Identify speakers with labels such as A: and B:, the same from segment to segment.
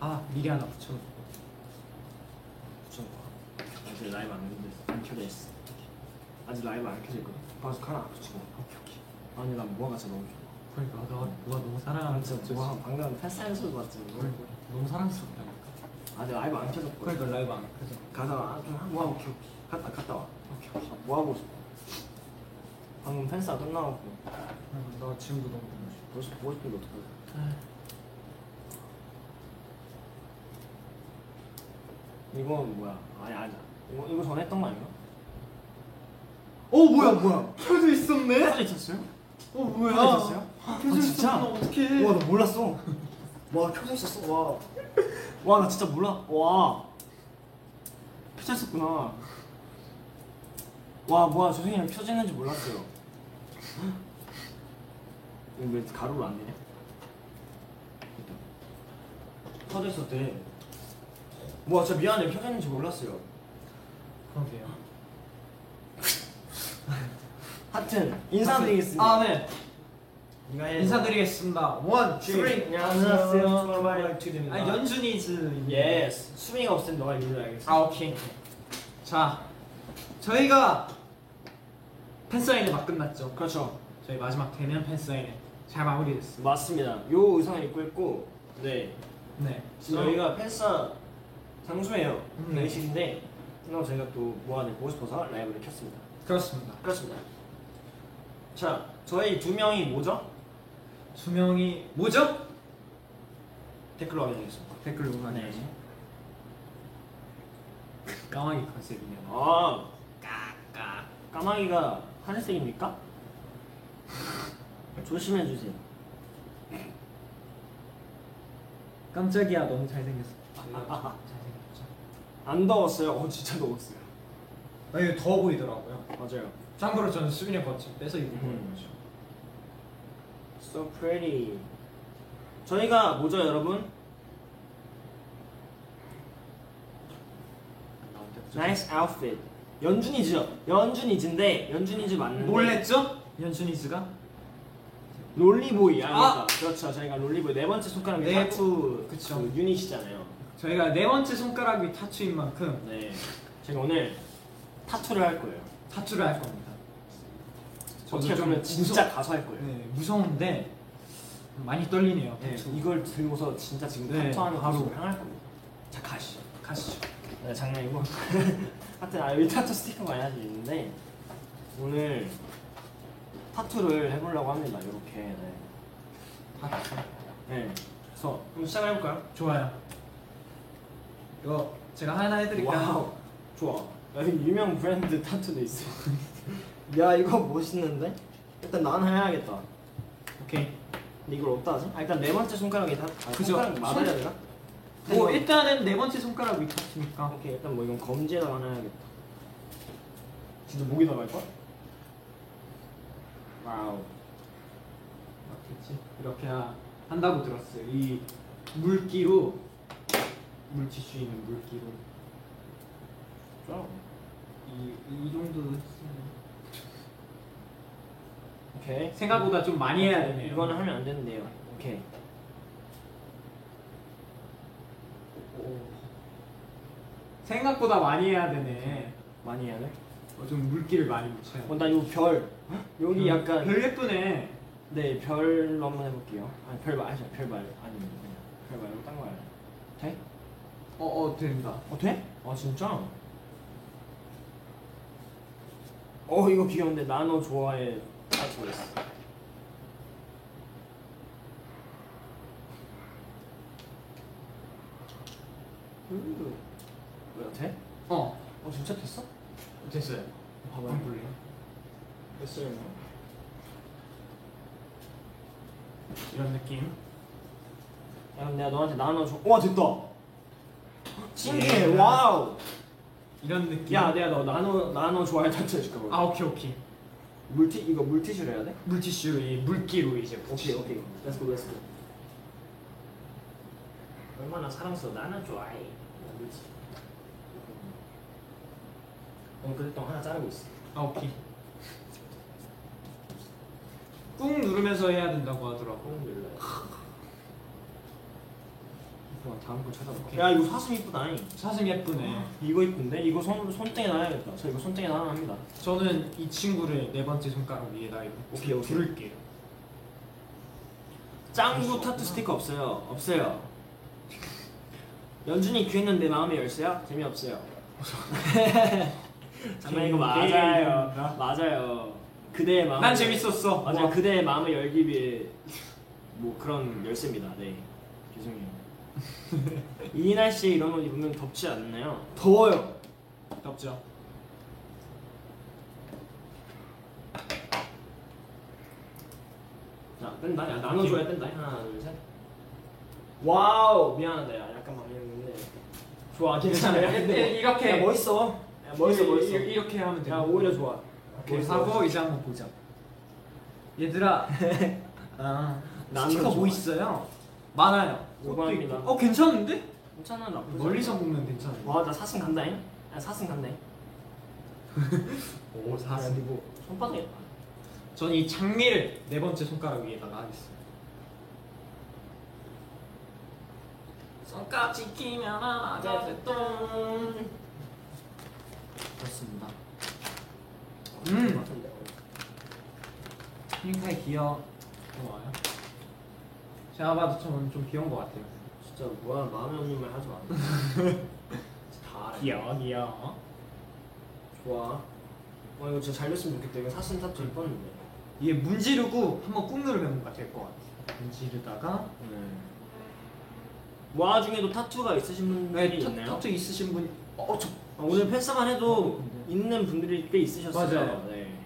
A: 아 미리 하나 붙여놓고
B: 붙여봐. 아직 라이브 안 켜져 안 켜져 있어. 아직 라이브 안 켜져 있거든. 봐서 카라 안 붙이고.
A: 오케이 오케이
B: 아니 난 무화과 진짜 너무 좋아.
A: 그러니까 너, 너가 너무
B: 아
A: 사랑하는
B: 진짜
A: 진짜
B: 좋아. 방금 햇살 소리 맞지?
A: 그러니까 너무 사랑스럽다니까
B: 아직 라이브 안 켜졌거든.
A: 그러니까 라이브 안 그래서
B: 가서 아, 좀 한- 모아 오케이 오케이. 갔다 갔다 와.
A: 오케이
B: 아, 뭐 하고 싶어? 방금 팬싸 끝나고
A: 오케이 너 지금도 너무 보고 싶어
B: 벌써 보고 싶은데 어떡하지?
A: 네.
B: 이건 뭐야? 아니 아니 이거 이거 전에 했던 거 아닌가?
A: 어 뭐야 뭐야 켜져 있었네?
B: 있었어요?
A: 어 뭐야
B: 켜져 있었어요?
A: 켜져
B: 아, 진짜?
A: 있었구나 어떡해
B: 와나 몰랐어. 와 켜져 있었어. 와와 나 진짜 몰라. 와 켜져 있었구나. 와 뭐야 조승이랑 켜져 있는지 몰랐어요. 이거 왜 가로로 안 되냐? 켜져 있었대. 뭐야 진짜 미안해 켜져 있는지 몰랐어요.
A: 그러게요
B: 하튼 인사드리겠습니다.
A: 아네 네,
B: 인사해.
A: 인사드리겠습니다 원
B: 주- 안녕하세요.
A: 안녕하세요
B: 투모로우바이 투데이입니다.
A: 아 연준이즈
B: 예스 수민이가 없을 땐 너가 이유를 알겠어.
A: 아 오케이 자 저희가 팬사인회 막 끝났죠
B: 그렇죠.
A: 저희 마지막 대면 팬사인회 잘 마무리됐어요
B: 맞습니다. 요 의상을 입고 있고 네
A: 네
B: 지금 저희가 팬싸 장소예요.
A: 음, 네.
B: 대기실인데 그럼 저희가 또 모아내 보고 싶어서 라이브를 켰습니다.
A: 그렇습니다
B: 그렇습니다. 자 저희 두 명이 뭐죠?
A: 두 명이 뭐죠?
B: 댓글로 확인하겠습니다.
A: 댓글로
B: 네.
A: 확인하죠 까마귀 컨셉이네요
B: 아 까까 까마귀가 하늘색입니까? 조심해 주세요.
A: 깜짝이야 너무 잘생겼어 잘생겼죠
B: 안 더웠어요? 어 진짜 더웠어요.
A: 아 이거 더워 보이더라고요
B: 맞아요.
A: 참고로 저는 수빈의 버츠 빼서 입은
B: 음.
A: 거죠
B: So pretty. 저희가 뭐죠, 여러분? Nice outfit. 연준이죠. 연준이즈인데 연준이즈 맞는데.
A: 놀랬죠? 연준이즈가?
B: 롤리보이 아닙니까?
A: 아!
B: 그렇죠. 저희가 롤리보이 네 번째 손가락에
A: 네
B: 타투
A: 그쵸.
B: 그 유닛이잖아요.
A: 저희가 네 번째 손가락이 타투인 만큼
B: 네. 제가 오늘 타투를 할 거예요.
A: 타투를 할 겁니다 저도
B: 어떻게
A: 좀
B: 보면 진짜
A: 무서-
B: 가서 할 거예요.
A: 네 무서운데 많이 떨리네요
B: 네,
A: 타투
B: 이걸 들고서 진짜 지금
A: 네,
B: 타투하는
A: 바로.
B: 가수로 향할 겁니다. 자 가시죠.
A: 가시죠
B: 네, 장난이고 하여튼 아, 여기 타투 스티커 많이 가지고 있는데 오늘 타투를 해보려고 합니다 이렇게 네,
A: 타투
B: 네. 그래서 그럼 시작을 해볼까요?
A: 좋아요 이거 제가 하나 해드릴까요?
B: 와우 좋아 야, 여기 유명 브랜드 타투도 있어 야 이거 멋있는데? 일단 난 해야겠다
A: 오케이
B: 근데 이걸 어디다 하지? 아 일단 네 번째 손가락에 다 아,
A: 그죠.
B: 손가락 말아야
A: 손-
B: 되나?
A: 뭐 일단은 네 번째 손가락 위 타투니까
B: 오케이 일단 뭐 이건 검지에다가 하나 해야겠다 진짜 목에다가 할까? 와우
A: 그렇겠지 이렇게 하- 한다고 들었어요 이 물기로 물티슈 있는 물기로
B: 좋아
A: 이, 이 정도 했으면-
B: 오케이
A: 생각보다 좀 많이 해야 되네요
B: 이거는 하면 안 되는데요. 오케이.
A: 오. 생각보다 많이 해야 되네
B: 많이 해야 돼?
A: 어, 좀 물기를 많이 묻혀요
B: 어, 나 이거 별. 여기
A: 음,
B: 약간
A: 별 예쁘네
B: 네, 별로 한번 해볼게요. 아니, 별 말, 아니, 별 말. 아니, 그냥 별 말고 딴 거야. 돼?
A: 어, 어 된다
B: 어, 돼? 아, 진짜? 어, 이거 귀여운데 나너 좋아해. 아, 좋아했어. 음. 뭐야, 돼?
A: 어
B: 어, 진짜 됐어?
A: 됐어요
B: 봐봐요.
A: 한번 볼래요?
B: 됐어요.
A: 이런 느낌
B: 야, 그럼 내가 너한테 나눠줘. 와 됐다. 신기해.
A: 예.
B: 와우.
A: 이런 느낌
B: 야, 내가 너 나눠 나눠 좋아해 단체 해줄까?
A: 아
B: 봐.
A: 오케이 오케이
B: 물티 이거 물티슈로 해야 돼?
A: 물티슈 이 물기로 이제
B: 오케이
A: 묻히시는
B: 오케이.
A: 거.
B: Let's go Let's go. 얼마나 사랑스러워. 나는 좋아해. 물티. 오늘 그랬던 거 어, 하나 자르고 있어.
A: 아 오케이 꾹 누르면서 해야 된다고 하더라고
B: 오늘 와, 다음 거 찾아볼게. 야 이거 사슴 이쁘다잉.
A: 사슴 예쁘네.
B: 이거 이쁜데? 이거 손 손등에 달아야겠다. 저 이거 손등에 달아합니다.
A: 저는 이 친구를 네 번째 손가락 위에다
B: 오케이,
A: 이렇게
B: 오케이.
A: 부를게요.
B: 짱구 타투 스티커 없어요. 없어요. 연준이 귀했는데 마음의 열쇠야? 재미없어요. 장난 이거 맞아요. 맞아요. 그대의 마음.
A: 난 재밌었어.
B: 맞아
A: 와.
B: 요 그대의 마음을 열기 위해 뭐 그런 열쇠입니다. 네 죄송해요. 이 날씨에 이런 옷 입으면 덥지 않나요?
A: 더워요. 덥죠.
B: 자 뺀다. 야, 나눠줘야 뺀다. 하나 둘 셋. 음. 와우 미안하다. 야 약간만 했는데 좋아 괜찮아요. 뭐,
A: 근데 이렇게-
B: 야, 멋있어. 야, 멋있어 멋있어.
A: 이- 이렇게 하면 돼.
B: 야 오히려 좋아.
A: 오케이 하고 이제 한번 보자. 얘들아. 아,
B: 나는
A: 스티커
B: 좋아.
A: 뭐 있어요? 많아요.
B: 오버합니다.
A: 어 괜찮은데?
B: 괜찮아 나쁘지.
A: 멀리서 보면 괜찮아요.
B: 와나 사슴 간다잉. 야 사슴 간다잉.
A: 오 사슴이고.
B: 손바닥에. 봐.
A: 저는 이 장미를 네 번째 손가락 위에다가 하겠습니다.
B: 손가락 지키면
A: 네,
B: 아가 됐던.
A: 좋습니다.
B: 음.
A: 핑카이 귀여워. 좋아요. 제가 봐도 저는 좀 귀여운 것 같아요.
B: 진짜 뭐야 마음에 없는 말 하지 마. 진짜 다 알아.
A: 귀여워 귀여워.
B: 좋아. 와 이거 진짜 잘 됐으면 좋겠다. 이거 사슴 타투 이뻤는데.
A: 이게 문지르고 한번 꾹 누르면 뭔가 될 것 같아요. 문지르다가
B: 와 중에도 타투가 있으신 분들이
A: 네, 타-
B: 있나요?
A: 타투 있으신 분? 어, 저
B: 아, 오늘 패스만 해도
A: 네.
B: 있는 분들이 꽤 있으셨어요.
A: 맞아요.
B: 네.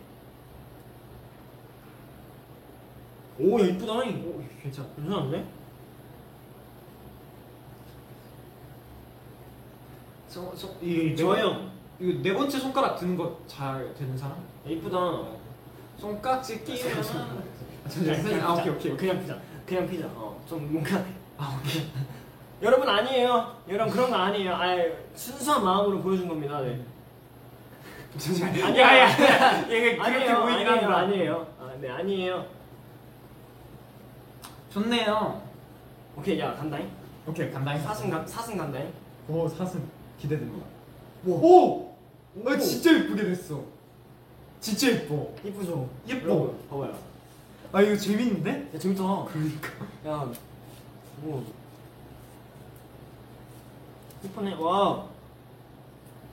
B: 오 야, 이쁘다. 잉.
A: 오, 괜찮아.
B: 괜찮은데?
A: 저, 저,
B: 이 저형
A: 이거 네 번째 손가락 드는 거 잘 되는 사람?
B: 아, 이쁘다.
A: 손깍지 끼면 아, 저
B: 그냥
A: 선생님,
B: 피자.
A: 아 오케이 오케이
B: 그냥 피자 그냥 피자 어좀 뭔가 아 오케이 여러분 아니에요 여러분 그런 거 아니에요 아 순수한 마음으로 보여준 겁니다 네.
A: 잠시만요.
B: 아니야 아니야
A: 얘가 그렇게
B: 아니에요
A: 보이긴
B: 아니에요
A: 한다.
B: 아니에요 아, 네 아니에요
A: 좋네요.
B: 오케이 야 간다잉
A: 오케이 간다잉.
B: 사슴 간 사슴 간다잉
A: 오 사슴 기대됩니다.
B: 와.
A: 오,
B: 오.
A: 아, 진짜 예쁘게 됐어. 진짜 예뻐.
B: 이쁘죠
A: 예뻐.
B: 여러분, 봐봐요
A: 아 이거 재밌는데?
B: 야 재밌다 그러니까 야 오. 이쁘네 와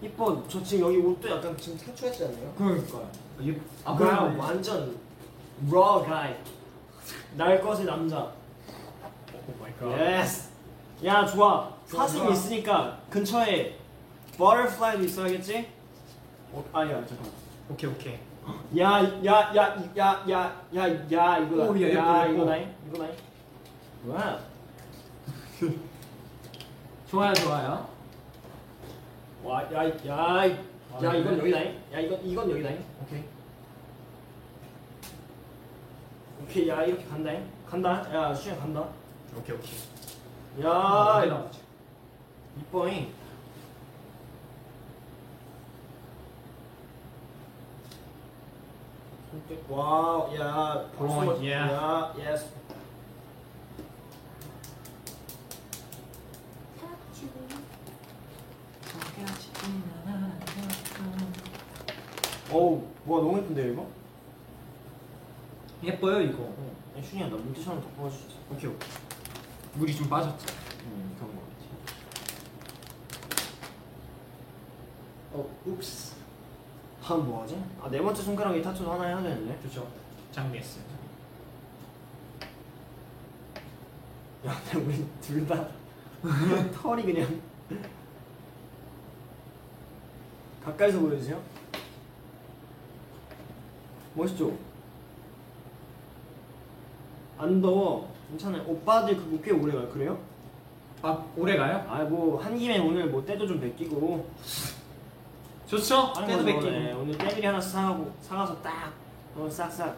B: 이뻐 저 지금 여기 옷도 약간 지금 탈출했지 않나요?
A: 그러니까. 예.
B: 아
A: 그러네.
B: 그럼 완전 raw guy 날 것의 남자
A: 오 마이
B: 예스 야 좋아
A: 좋아,
B: 사슴이
A: 좋아.
B: 있으니까 근처에 butterfly도 있어야겠지? 어, 아야 잠깐
A: 오케이 오케이.
B: 야야야야야야야 이거다
A: 오, 야, 예뻐, 예뻐.
B: 야 이거다 이거다 뭐야
A: 좋아요 좋아요.
B: 와야야야
A: 아,
B: 야, 이건
A: 그래?
B: 여기다 야 이건 이건 여기다
A: 오케이.
B: 오케이 야 이렇게 간다 간다 야 수현 간다
A: 오케이 아, 오케이.
B: 야
A: 어디다 붙여?
B: 이뻐잉 와우 야
A: 어, 예.
B: 야 예스 어우 뭐야 너무 예쁜데요 이거?
A: 예뻐요 이거.
B: 야, 슈니야 나 문제처럼 덮어줄 수 있어
A: 오케이 오케이. 물이 좀 빠졌죠.
B: 응 그런 거 같지 어 읍스 다음 뭐하지? 아 네 번째 손가락에 타투도 하나 해야 되는데
A: 그렇죠. 장미했어요.
B: 야, 근데 우리 둘 다 털이 그냥 가까이서 보여주세요. 멋있죠? 안 더워. 괜찮아요. 오빠들 그거 꽤 오래 가요. 그래요?
A: 아 오래 가요?
B: 아, 뭐 한 김에 오늘 뭐 때도 좀 베끼고.
A: 좋죠.
B: 하는
A: 어, 때도
B: 거죠.
A: 뵙기.
B: 네, 오늘 때밀이 하나 사고 사가서 딱 어, 싹싹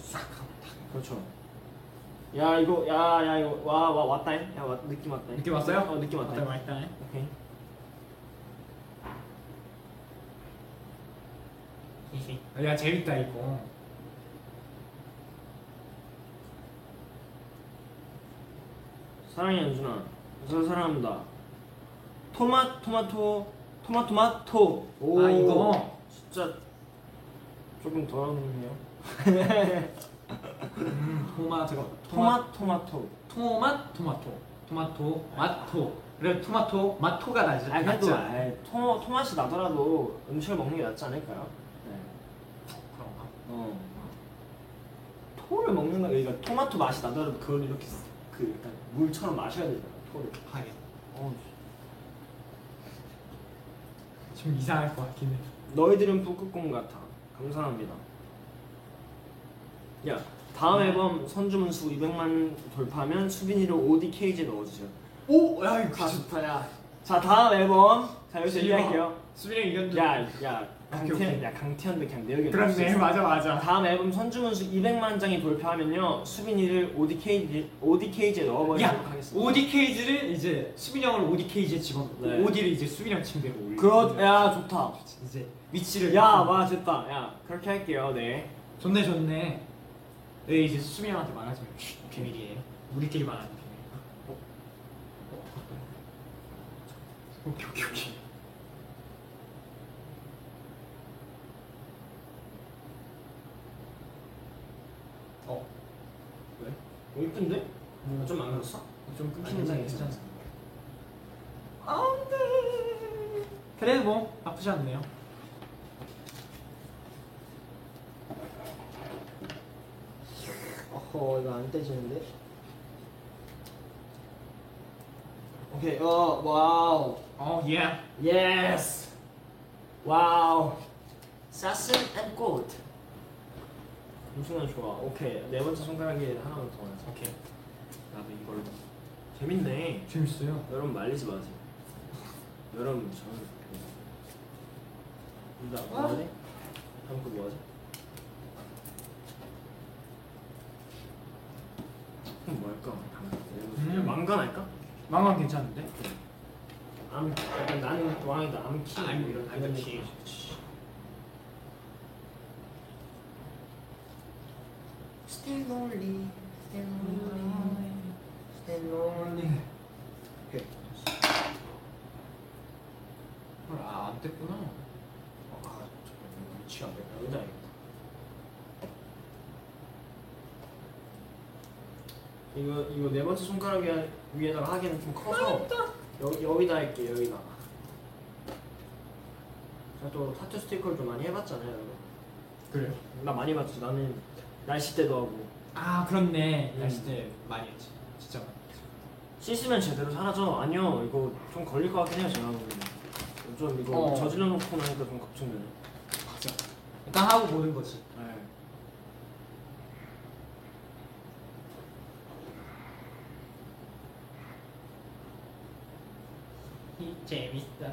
B: 싹 하면 딱. 그렇죠. 야 이거 야 야 이거 와와 왔다잉. 야 왔, 느낌 왔다잉.
A: 느낌 왔어요?
B: 어 느낌 왔다잉.
A: 왔다.
B: 오케이.
A: 야 재밌다 이거.
B: 사랑해 연준아. 우선 사랑합니다. 토마 토마토 토마토마토.
A: 아 이거
B: 진짜 조금 더럽네요.
A: 음, 토마토 토마
B: 토마토마토.
A: 토맛 토마토 토마토 마토 그래 토마토 마토가 나지
B: 아 그래도
A: 낫죠?
B: 아이, 토 토맛이 나더라도 음식을 먹는 게 낫지 않을까요? 네.
A: 그런가?
B: 어. 토를 먹는다. 그러니까 토마토 맛이 나더라도 그걸 이렇게 쓰- 그 약간 물처럼 마셔야 되잖아. 토를.
A: 하긴
B: 어,
A: 좀 이상할 것 같긴 해
B: 너희들은 북극곰 같아. 감사합니다. 야, 다음
A: 네.
B: 앨범 선주문수 200만 돌파하면 수빈이를 ODK지에 넣어주세요.
A: 오! 야 이거
B: 가
A: 진짜
B: 좋다, 야. 자, 다음 앨범. 자, 아, 여기서 얘기할게요.
A: 수빈이 이겼는데
B: 야, 야,
A: 오케이,
B: 강태현,
A: 오케이.
B: 야, 강태현도 그냥 내 의견
A: 그렇네 맞아 맞아
B: 다음 앨범 선주문수 200만 장이 돌파하면요, 수빈이를 ODK, ODK지에 넣어버리도록
A: 야,
B: 하겠습니다.
A: ODKG를 이제 수빈이 형을 ODKG에 집어넣고
B: 네.
A: OD를 이제 수빈이 형 침대로 올리고
B: 그렇, 야, 좋다.
A: 이제 위치를
B: 야, 와, 됐다. 야, 그렇게 할게요, 네.
A: 좋네 좋네 네 이제 수빈이 형한테 말하지 말고 쉿, 비밀이에요 우리끼리 말하는 비밀 어? 어? 오케이 오케이 오케이 어?
B: 왜? 어, 이쁜데? 아,
A: 뭔가
B: 좀안 그렇어?
A: 좀
B: 아니,
A: 끊기는 장이 있지
B: 괜찮아.
A: 않습니까?
B: 아, 네.
C: 안돼.
A: 그래 뭐 나쁘지 않네요
B: 어허 이거 안 떼지는데 오케이 어 와우
A: 어예
B: 예스 와우 사슴 앤 꽃. 엄청나 좋아 오케이 네 번째 손가락에 하나만 더 하자
A: 오케이
B: 나도 이걸로 재밌네
A: 재밌어요
B: 여러분 말리지 마세요 여러분 저는 나 뭐하지? 다음 거 뭐하지? 그럼 뭐 할까?
A: 음.
B: 망간 할까?
A: 망왕 괜찮은데?
B: 암 약간 나는 왕이다 암키
A: I'm-
B: 뭐 이런
A: I'm
B: 이런
A: the king.
B: 느낌. Still lonely, still lonely, still lonely.
A: 오케이 헐, 아, 안 됐구나
B: 아, 잠깐만, 이거 위치가 안 되나? 여기다 해야겠다. 이거 이거 네 번째 손가락 에 위에다가 하기는 좀 커서 여, 여기다 할게 여기다. 제가 또 타투 스티커를 좀 많이 해봤잖아요. 여러분.
A: 그래요
B: 나 많이 봤지. 나는 날씨 때도 하고
A: 아 그렇네
B: 음.
A: 날씨 때 많이 했지 진짜 많이 했지
B: 씻으면 제대로 사라져. 아니요, 이거 좀 걸릴 것 같긴 해요. 제가 보기엔. 좀 이거
A: 어.
B: 저질러 놓고 나니까 좀 걱정되네.
A: 맞아 일단 하고 보는 거지
B: 네.
A: 재밌다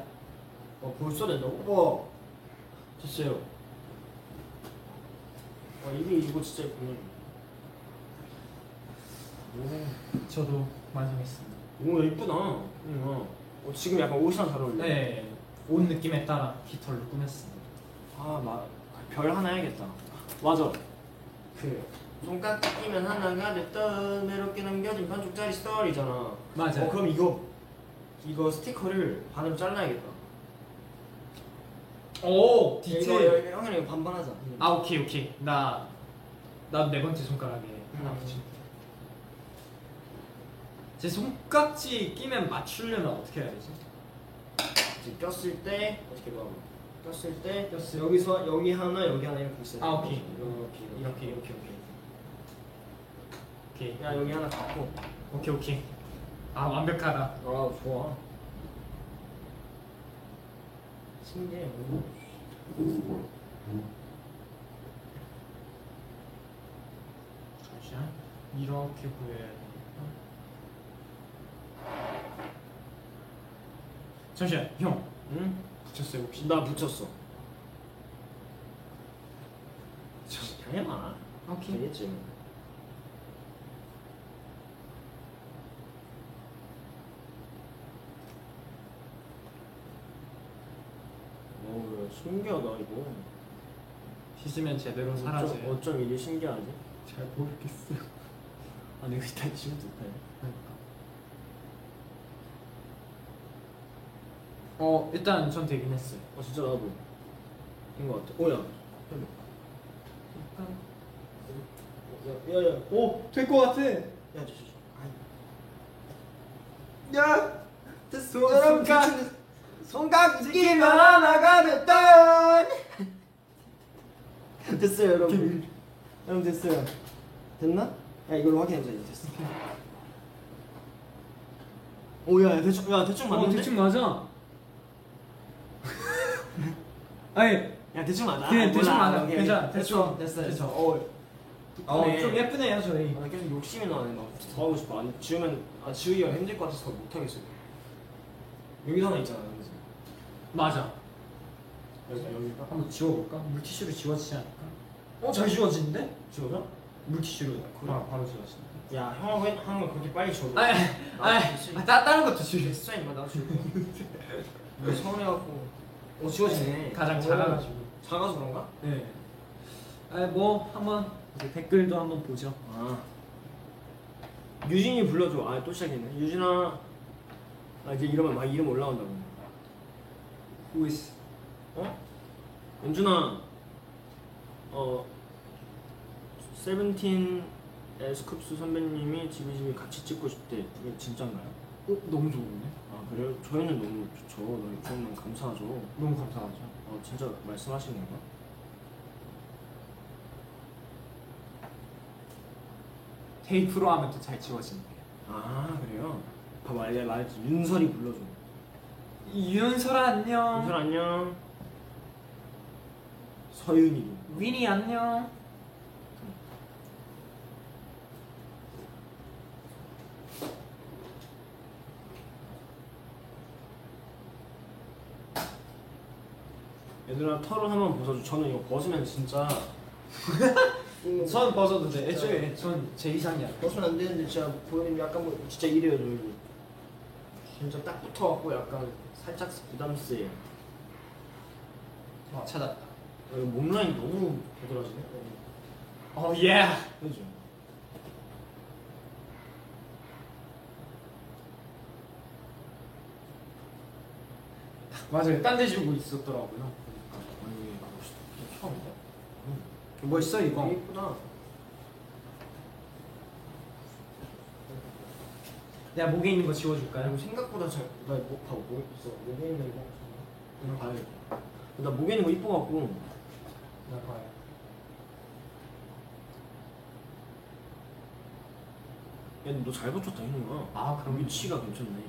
B: 어 벌써 된다고? 와 됐어요. 와 이게 이거 진짜 예쁘네.
A: 저도 완성했습니다
B: 오, 오 예쁘다. 응. 어. 어, 지금 약간 옷이랑 잘 어울려.
A: 네온 느낌에 따라 깃털로 꾸몄습니다
B: 아, 아막별 하나 해야겠다. 맞아. 그 손깍 끼면 하나가 됐던 매롭게 남겨진 반쪽짜리 스토리잖아.
A: 맞아요.
B: 어, 그럼 이거 이거 스티커를 반으로 잘라야겠다.
A: 오
B: 어, 이거,
A: 디테일
B: 이거 형이랑 이거 반반하자.
A: 아 오케이 오케이 나나네 번째 손가락에 하나
B: 음.
A: 붙인 제 손깍지 끼면 맞추려면 어떻게 해야 되지?
B: 이제 꼈을 때 어떻게 봐? 꼈을 때
A: 꼈을 때.
B: 여기서 여기 하나 여기 하나 이렇게 있어요.
A: 아, 오케이.
B: 이렇게
A: 이렇게, 이렇게, 오케이
B: 야 여기 하나 갖고.
A: 오케이 오케이 아 완벽하다
B: 아 좋아. 신기해.
A: 잠시만 이렇게 보여야 되니까 잠시만 형
B: 응?
A: 붙였어요 혹시?
B: 나 붙였어. 당연하.
A: 오케이.
B: 되겠지. 뭐. 어우, 야, 신기하다 이거.
A: 씻으면 제대로
B: 어쩜,
A: 사라져요
B: 어쩜 이게 신기하지?
A: 잘 모르겠어요
B: 아니 일단 지금 좋다.
A: 그러니까 어 일단 전 되긴 했어요.
B: 어 진짜 나도 된거 같아. 오야.
C: 일단
B: 야야야.
C: 오될거 같아.
B: 야, 저, 저, 저. 아이. 야! 됐어.
C: 손가-
B: 손각
C: 끼만
B: 하나가 됐다. 됐어요, 여러분.
C: 김.
B: 여러분 됐어요. 됐나? 야, 이걸로 확인해보자. 이제 됐어. 오, 야, 야, 대충, 야, 대충
A: 어
B: 맞는데?
A: 대충 맞아. 아니
B: 야, 대충 맞아.
A: 네,
B: 아,
A: 대충
B: 몰라.
A: 맞아.
B: 오케이,
A: 괜찮아.
B: 오케이.
A: 대충.
B: 됐어, 됐어.
A: 대충.
B: 어,
A: 어, 좀 예쁘네요 저희.
B: 나 계속 욕심이 나네. 막더 하고 싶어. 안 지우면, 아, 지우기가 힘들 것 같아서 더 못하겠어. 여기서 하나 있잖아, 여기서.
A: 맞아.
B: 여기서, 여기가.
A: 한번 지워볼까? 물티슈로 지워지지 않을까? 어 잘 지워지는데?
B: 지워져?
A: 물티슈로 바로 바로 지워지는데.
B: 어. 야 형하고 했- 하는 거 그렇게 빨리 줘도
A: 아니
B: 나도
A: 아니 아, 따 다른 것도 지워.
B: 됐어 임마 나도 줄 거야 서운해갖고 어 지워지네
A: 가장
B: 오.
A: 작아가지고.
B: 작아서 그런가?
A: 네. 아뭐 한번 이제 댓글도 한번 보죠.
B: 아 유진이 불러줘 아 또 시작했네 유진아 아 이제 이러면 막 이름 올라온다고
A: Who is
B: 어? 은준아 어 세븐틴 에스쿱스 선배님이 지비지비 같이 찍고 싶대 그게 진짠가요?
A: 어, 너무 좋은데?
B: 아 그래요? 저희는 너무 좋죠 너희 정말 감사하죠
A: 너무 감사하죠.
B: 어 진짜 말씀하시는 건가?
A: 테이프로 하면 또 잘 지워지는 게.
B: 아 그래요? 봐봐 얘 말했지 윤설이 불러줘
A: 윤설 안녕.
B: 윤설 안녕 서윤이도
A: 위니 안녕.
B: 얘들아 털을 한번 벗어줘 저는 이거 벗으면 진짜
A: 전 벗어도 돼. 애초에 전 제 이상이야.
B: 벗으면 안 되는데 진짜 부모님이 약간 뭐 진짜 이래요 저희 진짜 딱 붙어갖고 약간 살짝 부담스러워
A: 어, 찾았다.
B: 어, 아, 이거 몸 라인 너무 부드러지네
A: 어 예.
B: 그죠?
A: 맞아요. 딴 데 지우고 있었더라고요.
B: 아니 이거 진짜 처음이다
A: 멋있어
B: 이거
A: 이거.
B: 예쁘다
A: 내가 목에 있는 거 지워줄까요?
B: 그리고 그러니까 생각보다 잘, 나 목, 다 목에 있어. 목에 있는 거. 이거 봐야겠다. 나 목에 있는 거 이뻐갖고.
A: 나 봐요.
B: 야, 너 잘 붙였다, 했는가?
A: 아 그럼
B: 위치가 괜찮네.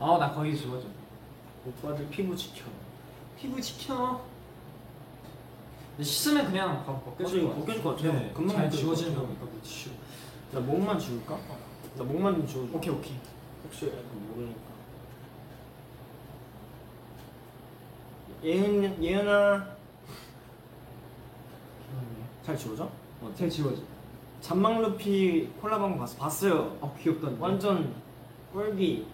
A: 아나 거기 지워줘.
B: 오빠들 피부 지켜.
A: 피부 지켜. 근데 씻으면 그냥 바로 벗겨질
B: 그치,
A: 것 같아.
B: 벗겨질 것 같아요.
A: 네,
B: 금방
A: 잘
B: 벗겨질
A: 지워지는
B: 것
A: 거니까 뭐 티슈.
B: 나 목만 지울까? 나 목만 좀 지워줘.
A: 오케이 오케이.
B: 혹시 약간 모르니까. 예은, 예은아. 잘 지워져? 어때?
A: 제 지워줘.
B: 잔망 루피 콜라방 봤어. 봤어요.
A: 아 귀엽던데.
B: 완전 꼴기.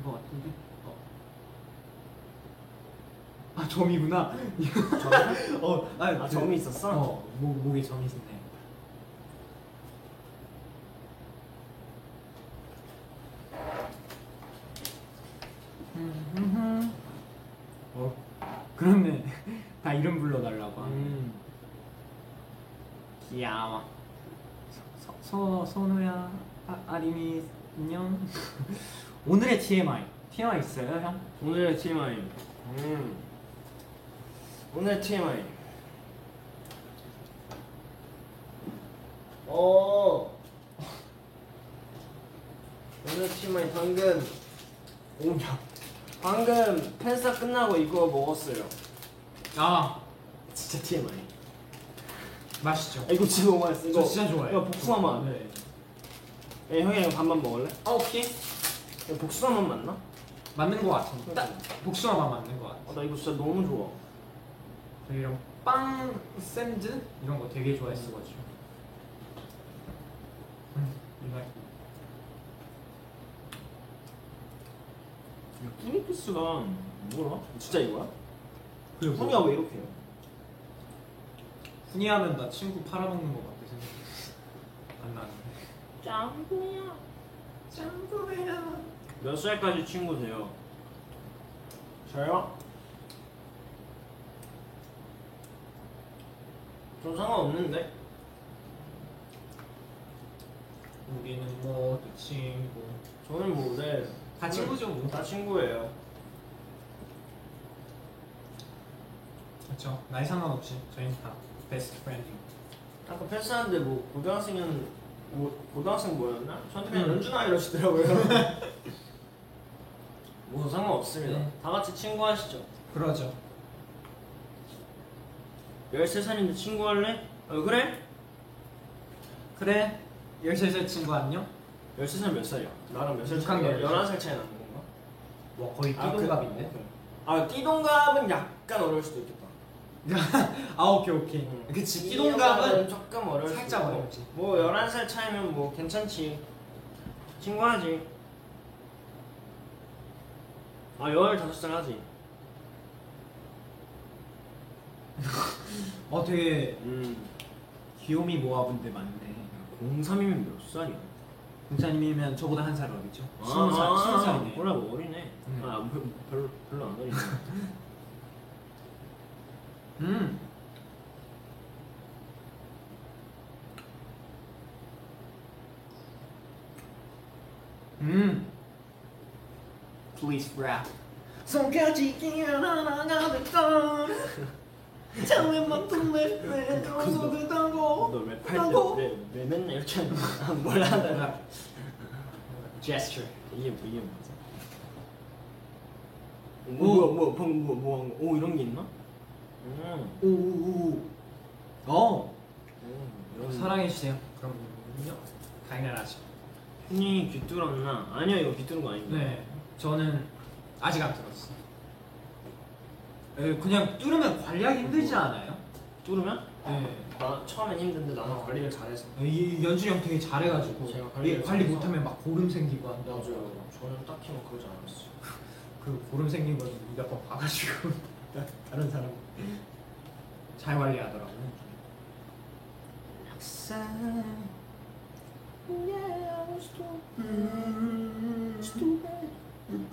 A: 이거 같은데. 어. 아 점이구나.
B: 저랑?
A: 어, 아니,
B: 아,
A: 그-
B: 점이 있었어?
A: 어, 목, 목에 점이 있네. 어, 그렇네. 다 이름 불러달라고 하네.
B: 음. 귀여워.
A: 서, 서, 선우야, 아, 아림이, 안녕. 오늘의 TMI. TMI 있어요, 형?
B: 오늘의 TMI. 음. 오늘의 TMI. 어. 오늘 TMI 방금 오냐? 방금 팬싸 끝나고 이거 먹었어요.
A: 아,
B: 진짜 TMI.
A: 맛있죠?
B: 아, 이거 진짜 너무 맛있어. 이거
A: 저 진짜 좋아해요.
B: 이거 복숭아 맛.
A: 네.
B: 야, 형이 이거 반만 먹을래?
A: 아, 오케이.
B: 이거 복숭아 맛 맞나?
A: 맞는 거 같아. 딱, 복숭아만 맞는 거 같아.
B: 어, 나 이거 진짜 너무 좋아.
A: 저 이런 빵 샌드 이런 거 되게 좋아했어가지고. 음, 이거
B: 뿌니피스가 뭐야? 진짜 이거야?
A: 그리고
B: 뿌니가 왜 이렇게 해요?
A: 훈이하면 나 친구 팔아먹는 거 같아 생각. 안 나는데.
B: 짱구야 짱구야 몇 살까지 친구세요? 저요? 전 상관없는데
A: 우리는 모두 친구.
B: 저는 뭐 네.
A: 다 친구죠, 뭐.
B: 다 친구예요
A: 그렇죠. 나이 상관없이 저희는 다 베스트 프렌딩.
B: 아까 패스하는데 뭐 고등학생은 뭐 고등학생 뭐였나? 저한테 그냥
A: 음.
B: 연준아 이러시더라고요. 뭐 상관없습니다.
A: 네.
B: 다 같이 친구 하시죠.
A: 그러죠.
B: 13살인데 친구 할래? 어 그래?
A: 그래. 13살 친구 안녕.
B: 13살 몇 살이야? 나랑 몇 살 차이?
A: 육학년.
B: 11살 차이 나는 건가?
A: 와 뭐, 거의
B: 그 아 띠동갑은 약간 어려울 수도 있겠다.
A: 아 오케이 오케이.
B: 음.
A: 그치.
B: 띠동갑은
A: 띠동갑은
B: 조금 어려울 수도
A: 살짝
B: 있고.
A: 어렵지.
B: 뭐 11살 차이면 뭐 괜찮지. 친구 하지. 아 15살 하지.
A: 어 되게
B: 음.
A: 귀요미 모아분들 많네.
B: 03이면 몇 살이야?
A: 공자님이면 저보다 한 살 어리죠. 스무 살, 스무 살이네.
B: 아, 몰라 뭐 어리네.
A: 음.
B: 아 별- 별로 별로 안 어리네.
A: 음. 음. Please rap.
B: 손까지 기어나가는 건 처음에 맡은 내
A: 웃음을
B: 당고
A: 당고.
B: 너왜팔때왜 맨날 이렇게 하는 거야? 아, 몰라 나
A: Gesture.
B: 이게 뭐- 이게 뭐지? 뭐야 뭐야 방금 뭐야 뭐 한 거? 오 이런 게 있나? 음,
A: 오오오. 어.
B: 음 이런
A: 사랑해 주세요. 그럼 강렬하죠.
B: 흔히 귀뚫었나? 아니야 이거 귀뚫은 거 아닌데.
A: 네. 저는 아직 안 들었어. 에, 그냥 뚫으면 관리하기 힘들지 않아요?
B: 뚫으면?
A: 네.
B: 나 처음엔 힘든데 나는 관리를 잘해서.
A: 이 연준이 형 되게 잘해가지고
B: 제가
A: 얘
B: 관리를
A: 관리
B: 잘해서.
A: 못하면 막 고름 생기고 한다고
B: 맞아요. 저는 딱히 뭐 그러지 않았어. 요
A: 그 고름 생긴 거 몇번 봐가지고 다- 다른 사람 잘 관리하더라고
B: 음.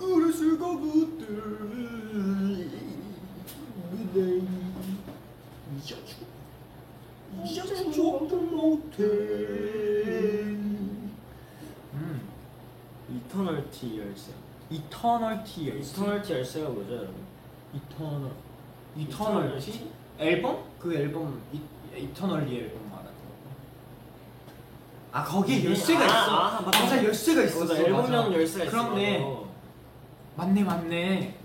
B: 우리 수가 못해. 이제 추억도 못해.
A: 음
B: 이터널티 열쇠.
A: 이터널티
B: 이터널티 열쇠가 뭐죠, 여러분?
A: 이터널 이터널티 앨범 그 앨범 이, 이터널리 앨범 말하는 거아 거기에
B: 이게-
A: 열쇠가
B: 아,
A: 있어
B: 아, 맞다.
A: 맞아 열쇠가 있었어
B: 맞아,
A: 맞아.
B: 앨범용 열쇠가 있어.
A: 그렇네 맞네 맞네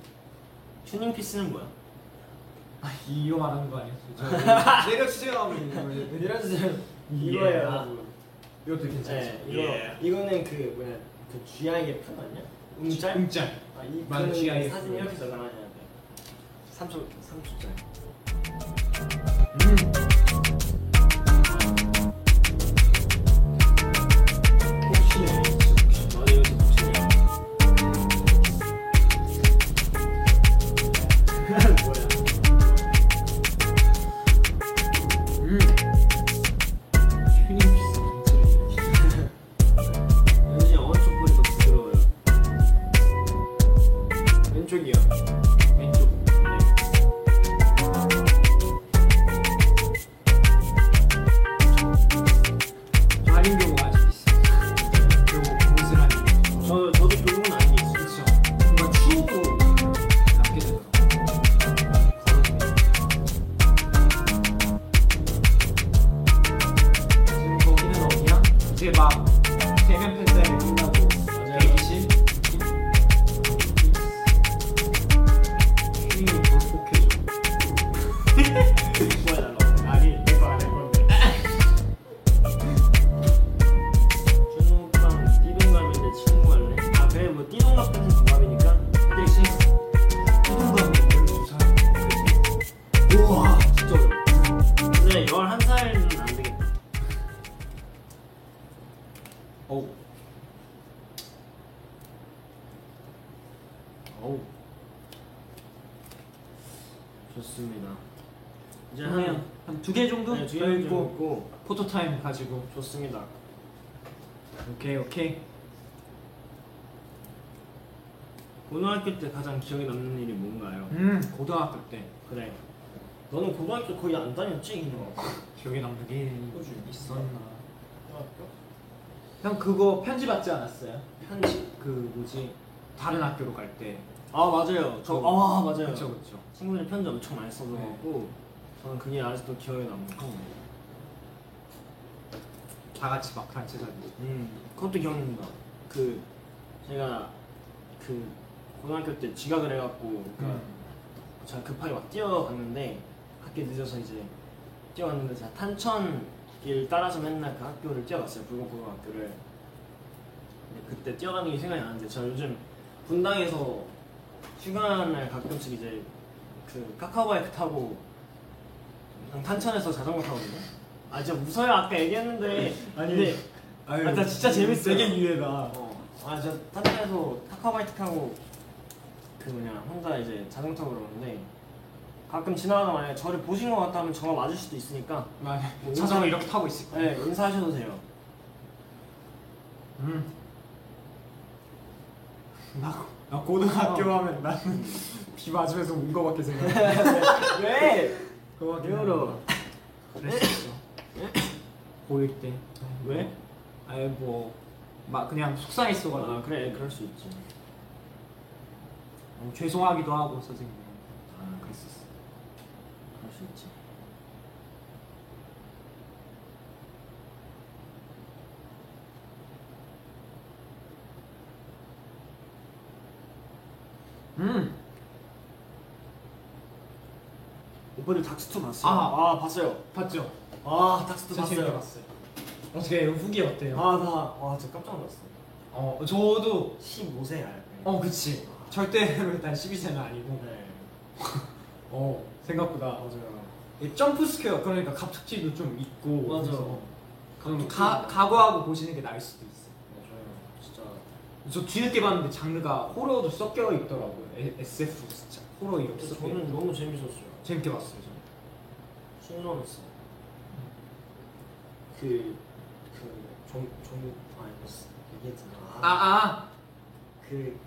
B: 튜닝 피스는 뭐야?
A: 아 이거 말하는 거 아니었어 내려주세요
B: 내려주세요.
A: 예.
B: 이거예요.
A: 이것도
B: 네,
A: 괜찮지 예.
B: 이거 이거는 그 뭐냐 그 GIF 아니야? 음짤?
A: 짤
B: 아, 이
A: 맞아, GIF.
B: 사진 이렇게 저장하냐 돼. 3초 3초짜리.
A: 음.
B: 혹시네. 맞아 이거 어, 진짜 혹시네. 뭐야?
A: 음. 튜닝 피스 괜찮은데?
B: 왠지 어쪽 볼이 더 부드러워요. 왼쪽이요. 네.
A: 왼쪽 다른 경우가 아직 있어 요거 고스란히
B: 저 저도 교복은 아닌 게 있어요.
A: 그쵸 뭔가 추억도 남게 되더라고 걸어주면. 지금 거기는 어디야? 이제 막 대면 팬사회 끝나고
B: 맞아요.
A: 대기실 휘이 돌폭해져
B: 뭐야 너? 아니 내거 안할 건데. 준호 오빠는 띠동갑인데 친구 할래? 아 그래 뭐 띠동갑 같은 동갑이니까
A: 대신 이동감이 12살 우와
B: 진짜 어려워. 근데 11살은 안 되겠다.
A: 어우 어우
B: 좋습니다. 이제
A: 한두 개 정도?
B: 네, 두개
A: 있고
B: 있고
A: 포토타임 가지고
B: 좋습니다.
A: 오케이 오케이.
B: 고등학교 때 가장 기억에 남는 일이 뭔가요?
A: 음 고등학교 때
B: 그래. 너는 고등학교 거의 안 다녔지? 이놈아.
A: 기억에 남는 게
C: 호주
A: 음. 있었나?
C: 고등학교?
A: 형 그거 편지 받지 않았어요?
B: 편지.
A: 그 뭐지 다른 학교로 갈 때.
B: 아 맞아요. 저, 아 맞아요.
A: 그쵸 네. 그쵸.
B: 친구들이 편지 엄청 많이 써줘갖고 저는 그게 아직도 기억에
A: 어.
B: 남고.
A: 다 같이 막판 제자리.
B: 음, 그것도 기억납니다. 그 제가 그 고등학교 때 지각을 해갖고 그러니까
A: 음.
B: 제가 급하게 막 뛰어갔는데 학교 늦어서 이제 뛰어갔는데 제가 탄천길 따라서 맨날 그 학교를 뛰어갔어요 불공고등학교를 근데 그때 뛰어가는 게 생각이 나는데 제가 요즘 분당에서 휴가날 가끔씩 이제 그 카카오바이크 타고 그냥 탄천에서 자전거 타거든요 아 진짜 웃어요 아까 얘기했는데
A: 아니,
B: 근데
A: 아유,
B: 아, 나 진짜 재밌어요
A: 되게 유해다.
B: 어. 아, 저 탄탄에서 카카오바이트 타고 그 뭐냐 혼자 이제 자전거 타고 그러는데 가끔 지나가다 만약에 저를 보신 것 같다면 저가 맞을 수도 있으니까
A: 맞아.
B: 뭐
A: 자전거
B: 인사-
A: 이렇게 타고 있을 거야.
B: 네 인사하셔도 돼요.
A: 음. 나, 나 고등학교 하면 나는 비 맞으면서 운 거밖에 생각 안 나.
B: 왜?
A: 그거밖에
B: 왜요?
A: 그랬어. 고일 때.
B: 왜?
A: 아예 뭐, 막 그냥 속상했어가지고.
B: 아 그래 그럴 수 있지.
A: 어, 죄송하기도 하고 선생님. 아 그랬었어.
B: 그럴 수 있지.
A: 음.
B: 오빠들 닥스투 봤어요?
A: 아.
B: 봤어요.
A: 봤죠?
B: 아 닥스투
A: 진짜 재밌게
B: 봤어요.
A: 봤어요. 어떻게 후기 어때요?
B: 아나와 진짜 깜짝 놀랐어.
A: 어 저도
B: 15세 알.
A: 어 그치 절대로 일단 12세는 아니고
B: 네.
A: 어 생각보다
B: 맞아요.
A: 이 점프 스퀘어 그러니까 갑툭튀도 좀 있고
B: 맞아.
A: 그래서 그럼 가, 각오하고 보시는 게 나을 수도 있어요
B: 맞아요. 진짜.
A: 저 뒤늦게 봤는데 장르가 호러도 섞여 있더라고요 에- SF 진짜 호러 이렇게
B: 진짜
A: 섞여
B: 네, 저는
A: 있고.
B: 너무 재밌었어요.
A: 재밌게 봤어요 저는
B: 신선했어. 그, 그, 종, 종, 아, 이거 쓰- 얘기했잖아. 아,
A: 아아
B: 그,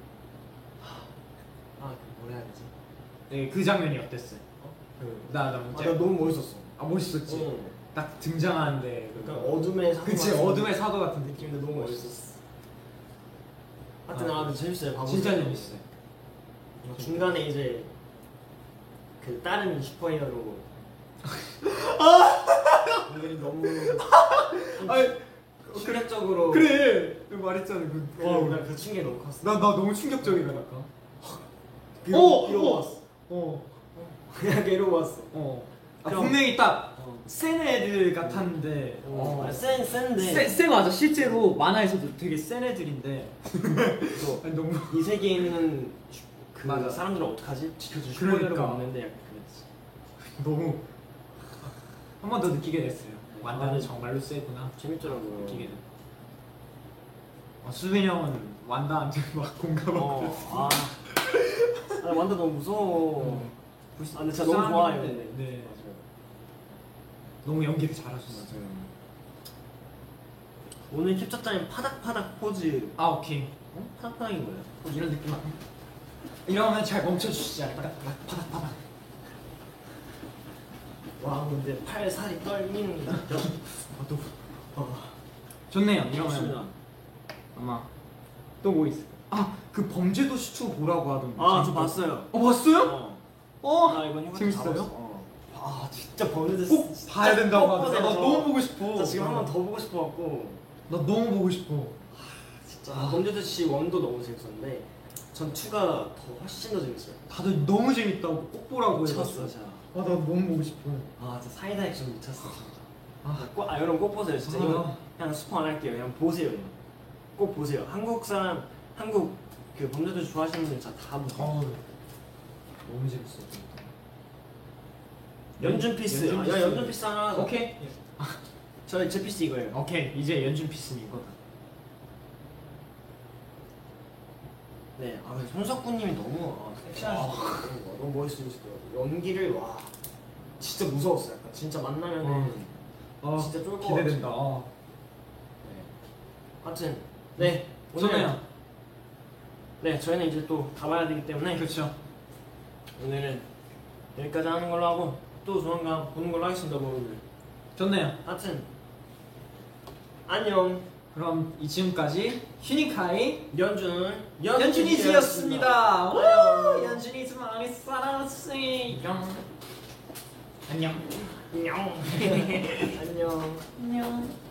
B: 아, 그, 뭐라 해야 되지?
A: 네, 그 장면이 어땠어요?
B: 어? 그,
A: 나나
B: 아,
A: 문제
B: 나 너무 멋있었어.
A: 아 멋있었지
B: 어.
A: 딱 등장하는데
B: 약간 어둠의 상.
A: 음. 그치 어둠의 사도 같은 느낌
B: 느낌도 너무 멋있었어. 하여튼, 아, 근데 재밌어요. 봐보세요.
A: 진짜 재밌어요
B: 중간에 이제, 그, 다른 슈퍼히어로. 뭐.
A: 아!
B: 분들이 너무.
A: 아니
B: 충격적으로.
A: 그래 그 말했잖아 그,
B: 와, 우리 그 충격이 너무 컸어.
A: 나, 나 너무 충격적이다 아까
B: 이러고, 이러고 왔어.
A: 어, 어어
B: 그냥 이러고 왔어.
A: 아,
B: 그럼-
A: 분명히 딱
B: 어.
A: 센 애들 같았는데
B: 어.
A: 어.
B: 아, 센 센데
A: 세, 세 맞아 실제로 만화에서도 되게 센 애들인데
B: 그래서
A: 아니, 너무
B: 이 세계에 있는 슈- 그
A: 맞아.
B: 사람들은 어떡하지? 지켜줄
A: 그러니까.
B: 슈퍼히어로가 없는데 약간 그랬지
A: 너무 한 번 더 느끼게 됐어요 완다는
B: 아.
A: 정말로 세구나
B: 재밌더라고요
A: 느끼게 됐어 어, 수빈이 형은 완다한테 막 공감하고
B: 어, 아. 아, 완다 너무 무서워
A: 음.
B: 불- 아 근데 진짜 너무 좋아요
A: 불쌍하긴 한데, 네.
B: 맞아요
A: 너무 연기를 잘하셨어
B: 네. 오늘 캡처 타임 파닥파닥 포즈
A: 아 오케이
B: 어? 파닥파닥이 뭐예요?
A: 이런 느낌 막 이러면 잘 멈춰주시지 않을까 파닥파닥
B: 와 근데 팔 살이 떨립니다
A: 아, 너무
B: 와
A: 좋네요
B: 좋습니다
A: 이러면 아마 또 뭐 있을까 아그 범죄도시 2 보라고 하던데
B: 아저
A: 재밌다고.
B: 봤어요
A: 어 봤어요?
B: 어.
A: 어
B: 나 이번 휴가 때
A: 재밌어요?
B: 다 봤어. 어. 아 진짜 버느드
A: 꼭 봐야 된다고 하는데 나 너무 보고 싶어
B: 나 지금 한 번 더 보고 싶어갖고
A: 나 너무 보고 싶어
B: 진짜
A: 아.
B: 범죄자 씨 원도 너무 재밌었는데 전 투가 더 훨씬 더 재밌어요.
A: 다들 너무 재밌다고 꼭 보라고
B: 미쳤어,
A: 해가지고.
B: 진짜.
A: 아, 나 너무 보고 싶어
B: 아 진짜 사이다 액션 미쳤어.
A: 아,
B: 아, 꼭, 아 여러분 꼭 보세요. 진짜 이거
A: 아.
B: 그냥 스포 안 할게요. 그냥 보세요. 그냥. 꼭 보세요. 한국 사람 한국 그 범죄자 씨 좋아하시는 분들 진짜 다 보세요.
A: 어, 너무 재밌어 진짜.
B: 연준 피스.
A: 연준
B: 아, 야
A: 피스.
B: 연준 피스 하나.
A: 오케이
B: 저제 피스 이거예요.
A: 예. 오케이 이제 연준 피스는 이거다
B: 네. 아 근데 손석구님이 너무 아, 섹시하시더라고요. 너무 멋있으시더라고요. 연기를 와 진짜 무서웠어요. 약간 음. 진짜 만나면은.
A: 어.
B: 진짜 쫄것
A: 아, 기대된다 어.
B: 네. 아무튼 네 오늘
C: 선우야.
B: 네 저희는 이제 또 가봐야 되기 때문에
C: 그렇죠.
B: 오늘은 여기까지 하는 걸로 하고 또 조만간 보는 걸로 하겠습니다 모르들
C: 좋네요.
B: 하여튼 안녕
A: 그럼 이 지금까지 휴닝카이
B: 연준
A: 연준이즈였습니다. 네. 와
B: 와우.
A: 연준이즈 많이 사랑해요. 안녕.
B: 안녕 안녕
A: 안녕.